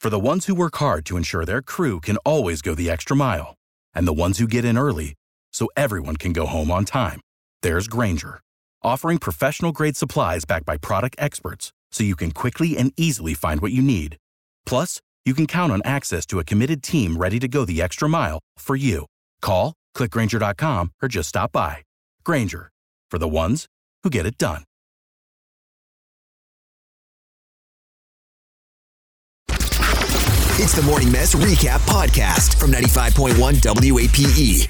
For the ones who work hard to ensure their crew can always go the extra mile, and the ones who get in early so everyone can go home on time, there's Granger, offering professional grade supplies backed by product experts so you can quickly and easily find what you need. Plus, you can count on access to a committed team ready to go the extra mile for you. Call, clickgranger.com, or just stop by. Granger, for the ones who get it done. It's the Morning Mess Recap Podcast from 95.1 WAPE.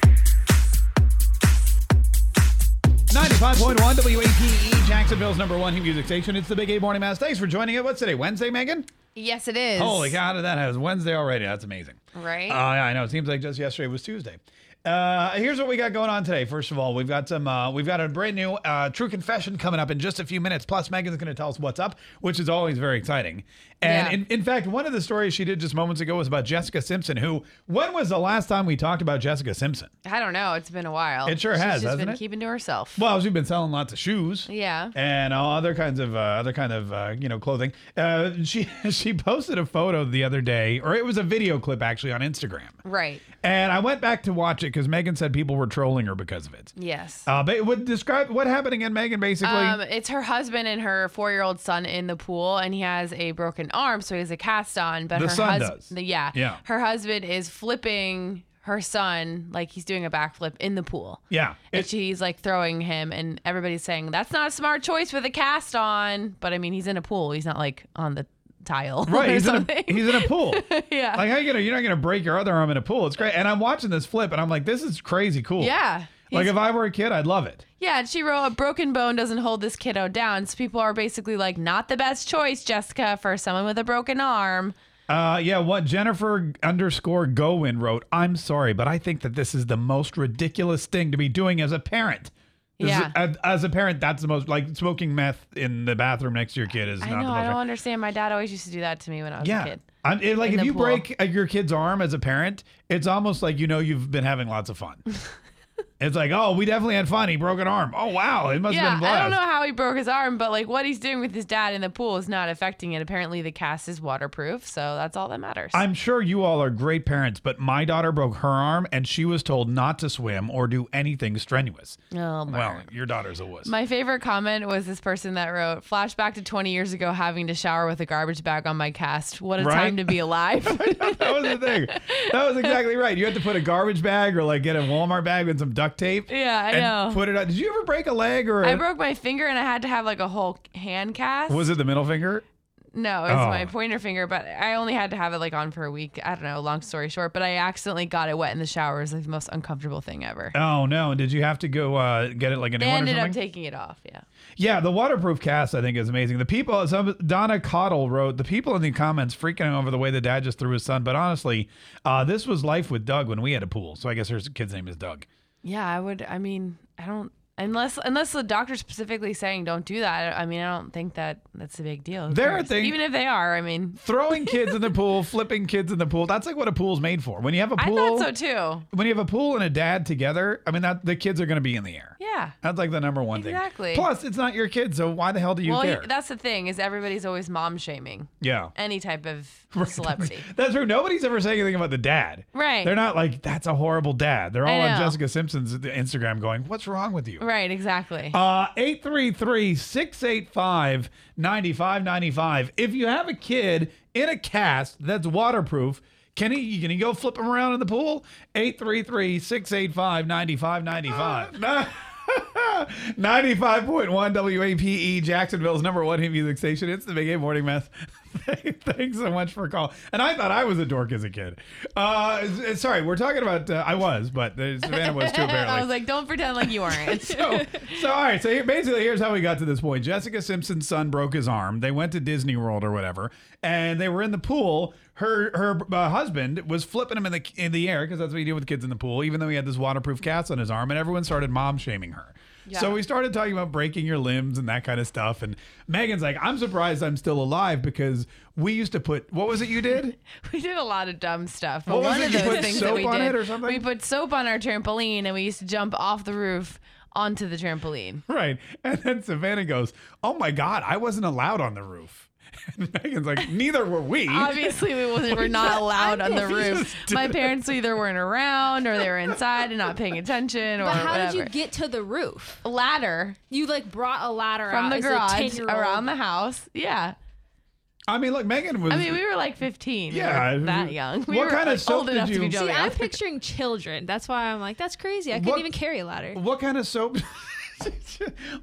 95.1 WAPE, E, Jacksonville's number one hit music station. It's the Big A Morning Mass. Thanks for joining us. What's today, Wednesday, Megan? Yes, it is. Holy cow, how did that happen? Wednesday already. That's amazing. Right? Uh, yeah, I know. It seems like just yesterday was Tuesday. Uh, here's what we got going on today. First of all, we've got some, uh, we've got a brand new uh, True Confession coming up in just a few minutes. Plus, Megan's going to tell us what's up, which is always very exciting. And Yeah. in, in fact, one of the stories she did just moments ago was about Jessica Simpson. Who? When was the last time we talked about Jessica Simpson? I don't know. It's been a while. It sure She's has, just hasn't been it? keeping to herself. Well, she's been selling lots of shoes. yeah. and all other kinds of uh, other kind of uh, you know clothing. Uh, she she posted a photo the other day, or it was a video clip actually on Instagram. Right. And I went back to watch it because Megan said people were trolling her because of it. Yes. Uh, but it would describe what happened again, Megan. Basically, Um, it's her husband and her four-year-old son in the pool, and he has a broken arm, so he has a cast on. But The her son does. husband, yeah, Yeah. her husband is flipping her son like he's doing a backflip in the pool. yeah, And she's like throwing him, and everybody's saying that's not a smart choice with a cast on. But I mean, he's in a pool; he's not like on the tile right. or He's in, a, something. he's in a pool. yeah, Like how you gonna you're not gonna break your other arm in a pool? It's great. And I'm watching this flip, and I'm like, this is crazy cool. yeah. Like He's- if I were a kid, I'd love it. Yeah, and she wrote a broken bone doesn't hold this kiddo down. So people are basically like, not the best choice, Jessica, for someone with a broken arm. Uh, yeah, what Jennifer underscore Gowen wrote, I'm sorry, but I think that this is the most ridiculous thing to be doing as a parent. This is- Yeah. as, as a parent, that's the most, like smoking meth in the bathroom next to your kid is not I the know, most. I don't understand. My dad always used to do that to me when I was a yeah. kid. I'm, it, like In if the you pool. break uh, your kid's arm as a parent, it's almost like you know you've been having lots of fun. it's like, oh, we definitely had fun. He broke an arm. Oh, wow. It must have Yeah, been a blast. I don't know how he broke his arm, but like what he's doing with his dad in the pool is not affecting it. Apparently, the cast is waterproof, so that's all that matters. I'm sure you all are great parents, but my daughter broke her arm and she was told not to swim or do anything strenuous. Oh, Well, your daughter's a wuss. My favorite comment was this person that wrote, flashback to 20 years ago having to shower with a garbage bag on my cast. What a Right? time to be alive. that was the thing. That was exactly right. You had to put a garbage bag or like get a Walmart bag with some duct tape. Yeah, I and know. Put it on. Did you ever break a leg or? I broke my finger and I had to have like a whole hand cast. was it the middle finger? No, it was Oh. my pointer finger, but I only had to have it like on for a week. I don't know, long story short, but I accidentally got it wet in the shower. It was like the most uncomfortable thing ever. Oh no! Did you have to go uh, get it like a new They one or ended something? up taking it off. Yeah. Yeah, the waterproof cast I think is amazing. The people, some Donna Cottle wrote, the people in the comments freaking over the way the dad just threw his son. But honestly, uh, this was life with Doug when we had a pool. So I guess her kid's name is Doug. Yeah, I would. I mean, I don't. Unless, unless the doctor's specifically saying don't do that, I mean, I don't think that that's a big deal. Who There are cares? things- even if they are. I mean, Throwing kids in the pool, flipping kids in the pool. That's like what a pool's made for. When you have a I pool, thought so too. when you have a pool and a dad together, I mean that the kids are going to be in the air. Yeah. That's like the number one thing. Exactly. Plus, it's not your kid, so why the hell do you well, he- care? that's the thing is everybody's always mom shaming yeah. any type of celebrity. That's true. Nobody's ever saying anything about the dad. Right. They're not like, that's a horrible dad. They're I all on know. Jessica Simpson's Instagram going, what's wrong with you? right? Exactly. Uh, 833-685-9595. If you have a kid in a cast that's waterproof, can he, can he go flip him around in the pool? 833-685-9595. Uh, 95.1 WAPE, E, Jacksonville's number one hit music station. It's the Big A Morning Mess. Thanks so much for calling. And I thought I was a dork as a kid. Uh, s- s- sorry, we're talking about, uh, I was, but uh, Savannah was too, apparently I was like, don't pretend like you aren't. so, so all right. So here, basically, here's how we got to this point. Jessica Simpson's son broke his arm. They went to Disney World or whatever, and they were in the pool. Her her uh, husband was flipping him in the in the air because that's what you do with kids in the pool. Even though he had this waterproof cast on his arm, and everyone started mom shaming her. So Yeah. we started talking about breaking your limbs and that kind of stuff. And Megan's like, "I'm surprised I'm still alive because we used to put what was it you did? We did a lot of dumb stuff. But What was one it? of You those put things soap that we on did, it or something? we put soap on our trampoline and we used to jump off the roof onto the trampoline. Right. And then Savannah goes, Oh my God, I wasn't allowed on the roof. And Megan's like, neither were we. Obviously, we wasn't, were not allowed on the we roof. just My did it. parents either weren't around or they were inside and not paying attention or But how whatever. did you get to the roof? ladder You like brought a ladder from out the as a garage 10-year-old. around the house? Yeah. I mean, look, Megan was. I mean, we were like 15. Yeah, Yeah, that young. We what were kind of like, soap old did enough to you- be See, See, jumping I'm off the- picturing children. That's why I'm like, that's crazy. I couldn't What- even carry a ladder. what kind of soap?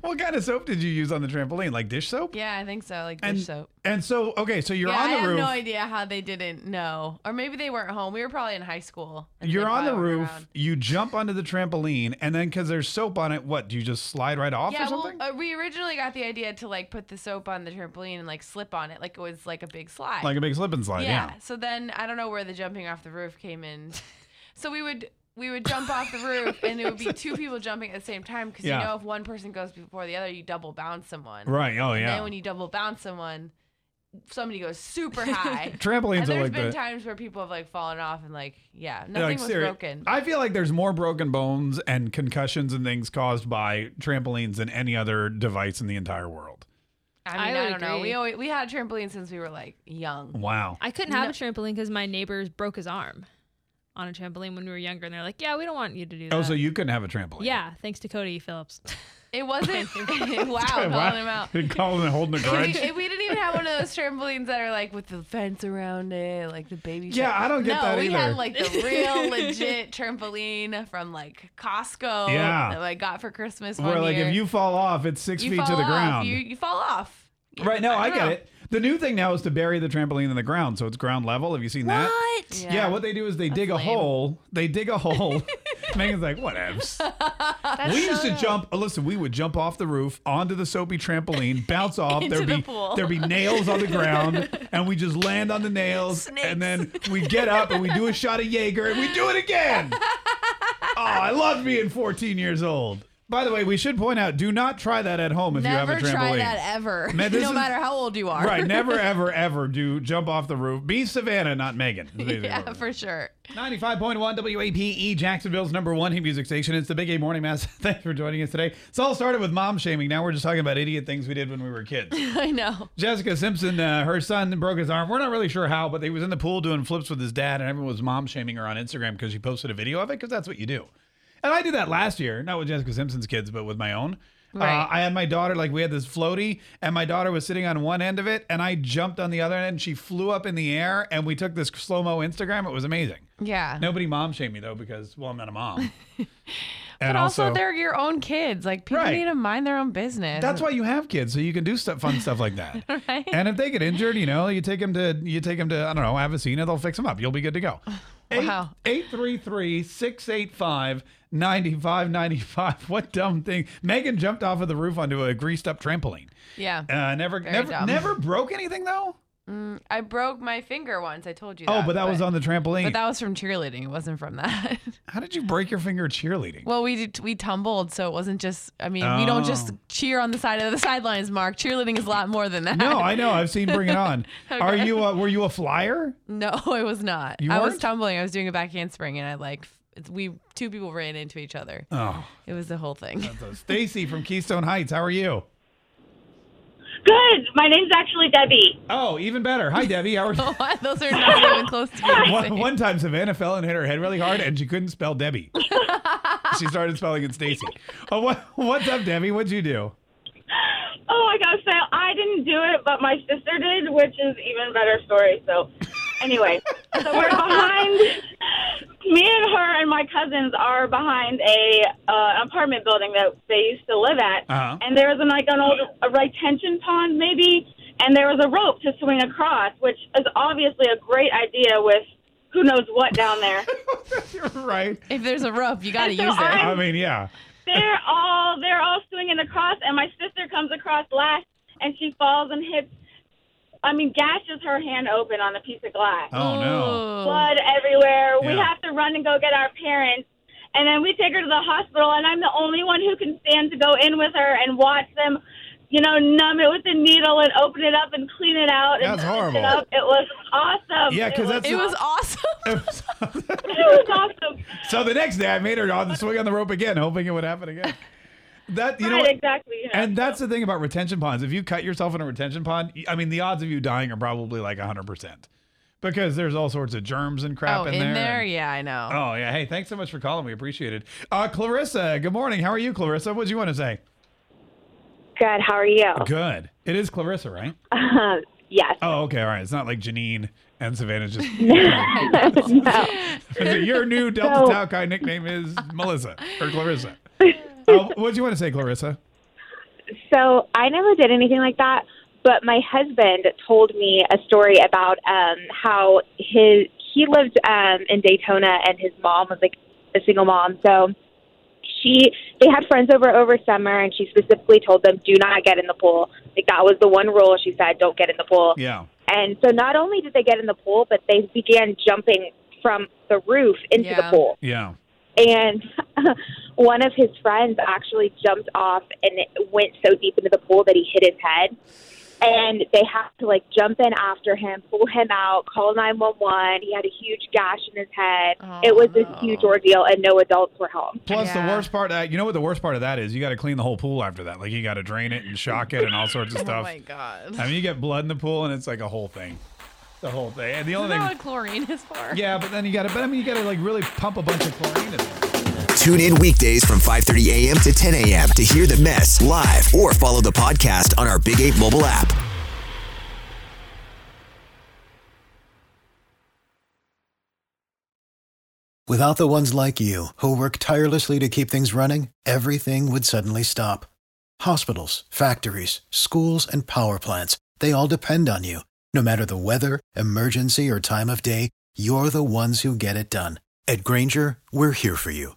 what kind of soap did you use on the trampoline? Like dish soap? Yeah, I think so. Like And dish soap. and so okay, so you're yeah, on the I have roof. no idea how they didn't know, or maybe they weren't home. We were probably in high school. and You're they on the probably weren't roof. around. You jump onto the trampoline, and then because there's soap on it, what do you just slide right off or Yeah, well, something? uh, we originally got the idea to like put the soap on the trampoline and like slip on it, like it was like a big slide. like a big slip and slide. Yeah. yeah. So then I don't know where the jumping off the roof came in. so we would we would jump off the roof, and it would be two people jumping at the same time because Yeah. you know if one person goes before the other, you double bounce someone. Right. Oh And yeah. then when you double bounce someone, somebody goes super high. and Trampolines there's are like been that. times where people have like fallen off and like yeah, Yeah, nothing like, was seri- broken. I feel like there's more broken bones and concussions and things caused by trampolines than any other device in the entire world. I mean, I I, would don't know. agree. We always, we had a trampoline since we were like young. Wow. I couldn't have a trampoline because my neighbors broke his arm on a trampoline when we were younger, and they're like, "Yeah, we don't want you to do that." Oh, so you couldn't have a trampoline? yeah, thanks to Cody Phillips. It wasn't wow, Wow. calling him out. Calling and holding a And we, grudge. and we didn't even have one of those trampolines that are like with the fence around it, like the baby. Yeah, tramp- I don't get no, that we either. had like the real legit trampoline from like Costco. Yeah. that I got for Christmas. Where one like year. if you fall off, it's six You feet to fall the off. ground. you, you fall off. Right. No, I, don't get know. it. The new thing now is to bury the trampoline in the ground, so it's ground level. Have you seen that? what? Yeah. what they do is they dig a lame. hole. They dig a hole. Megan's like, whatevs. we used to jump. oh, Listen, we would jump off the roof onto the soapy trampoline, bounce off. Into there'd the be pool. there'd be nails on the ground, and we just land on the nails, and then we get up and we do a shot of Jaeger, and we do it again. oh, I love being 14 years old. By the way, we should point out: do not try that at home if you Never have a trampoline. try that ever. Man, this no is- matter how old you are. Right. Never, ever, ever do jump off the roof. Be Savannah, not Megan. yeah, for sure. 95.1 WAPE, E, Jacksonville's number one hit music station. It's the Big A Morning Mass. Thanks for joining us today. It's all started with mom shaming. Now we're just talking about idiot things we did when we were kids. I know. Jessica Simpson, uh, her son broke his arm. We're not really sure how, but he was in the pool doing flips with his dad, and everyone was mom shaming her on Instagram because she posted a video of it because that's what you do. And I did that last year, not with Jessica Simpson's kids, but with my own. Uh, Right. I had my daughter, like, we had this floaty, and my daughter was sitting on one end of it, and I jumped on the other end, and she flew up in the air, and we took this slow mo Instagram. It was amazing. Yeah. Nobody mom shamed me, though, because, well, I'm not a mom. and but also, they're your own kids. Like people Right. need to mind their own business. That's why you have kids, so you can do stuff, fun stuff like that. Right? And if they get injured, you know, you take them to you take them to I don't know, Avicena, they'll fix them up. You'll be good to go. Wow. 833-685-9595. What dumb thing. Megan jumped off of the roof onto a greased up trampoline. yeah. Uh, never Very never dumb. never broke anything though? I broke my finger once. I told you. oh, but that was on the trampoline. But that was from cheerleading. It wasn't from that. How did you break your finger cheerleading? well, we did, we tumbled, so it wasn't just. I mean, we don't just Oh. cheer on the side of the sidelines. Mark, cheerleading is a lot more than that. no, I know. I've seen Bring It On. Are you a, were you a flyer? no, I was not. You I was weren't? tumbling. I was doing a back handspring, and I like f- we two people ran into each other. Oh. It was the whole thing. So Stacy from Keystone Heights, how are you? Good. My name's actually Debbie. Oh, even better. Hi Debbie. How are you? What? Those are not even close to being Oh, the one, same. one time Savannah fell and hit her head really hard, and she couldn't spell Debbie. she started spelling it Stacy. Oh, what, what's up, Debbie? What'd you do? Oh my gosh, so I didn't do it, but my sister did, which is even better story. So, anyway, so we're behind. Me and her and my cousins are behind a uh, apartment building that they used to live at, Uh-huh. and there was an, like an old a retention pond maybe, and there was a rope to swing across, which is obviously a great idea with who knows what down there. You're right. If there's a rope, you got to So use it. I- I mean, yeah. they're all they're all swinging across, and my sister comes across last, and she falls and hits. I mean, gashes her hand open on a piece of glass. Oh, no. Blood everywhere. We Yeah. have to run and go get our parents, and then we take her to the hospital. And I'm the only one who can stand to go in with her and watch them, you know, numb it with a needle and open it up and clean it out. and That's clean horrible. It, up. it was awesome. Yeah, 'cause It was- that's- It was awesome. it was awesome. So the next day, I made her on the swing on the rope again, hoping it would happen again. That you know, right, what? exactly. you know. and uh, that's the thing about retention ponds. If you cut yourself in a retention pond, y- I mean, the odds of you dying are probably like hundred percent, because there's all sorts of germs and crap oh, in, in there? and- Yeah, I know. Oh yeah. Hey, thanks so much for calling. We appreciate it. Uh, Clarissa, good morning. How are you, Clarissa? What do you want to say? Good. How are you? Good. It is Clarissa, right? Um, yes. Oh, okay. All right. It's not like Janine and Savannah just. Is no. it your new Delta So- Tau Chi nickname is Melissa or Clarissa. Oh, what do you want to say, Clarissa? So I never did anything like that, but my husband told me a story about um, how his he lived um, in Daytona and his mom was like a single mom, so she they had friends over over summer and she specifically told them do not get in the pool like that was the one rule she said don't get in the pool Yeah. and so not only did they get in the pool but they began jumping from the roof into Yeah. the pool Yeah. and one of his friends actually jumped off and it went so deep into the pool that he hit his head and they had to like jump in after him pull him out call 911 he had a huge gash in his head Oh, it was no. a huge ordeal and no adults were home Plus, the Yeah. worst part, uh, you know what the worst part of that is? You got to clean the whole pool after that. Like, you got to drain it and shock it and all sorts of Oh stuff. my god. I mean, you get blood in the pool and it's like a whole thing. The whole thing. And the Isn't only that thing. what chlorine is for? Yeah, but then you got to, but I mean, you got to like really pump a bunch of chlorine in there. Tune in weekdays from 5:30 a.m. to 10 a.m. to hear the mess live or follow the podcast on our Big 8 mobile app. Without the ones like you, who work tirelessly to keep things running, everything would suddenly stop. Hospitals, factories, schools, and power plants, they all depend on you. No matter the weather, emergency, or time of day, you're the ones who get it done. At Granger, we're here for you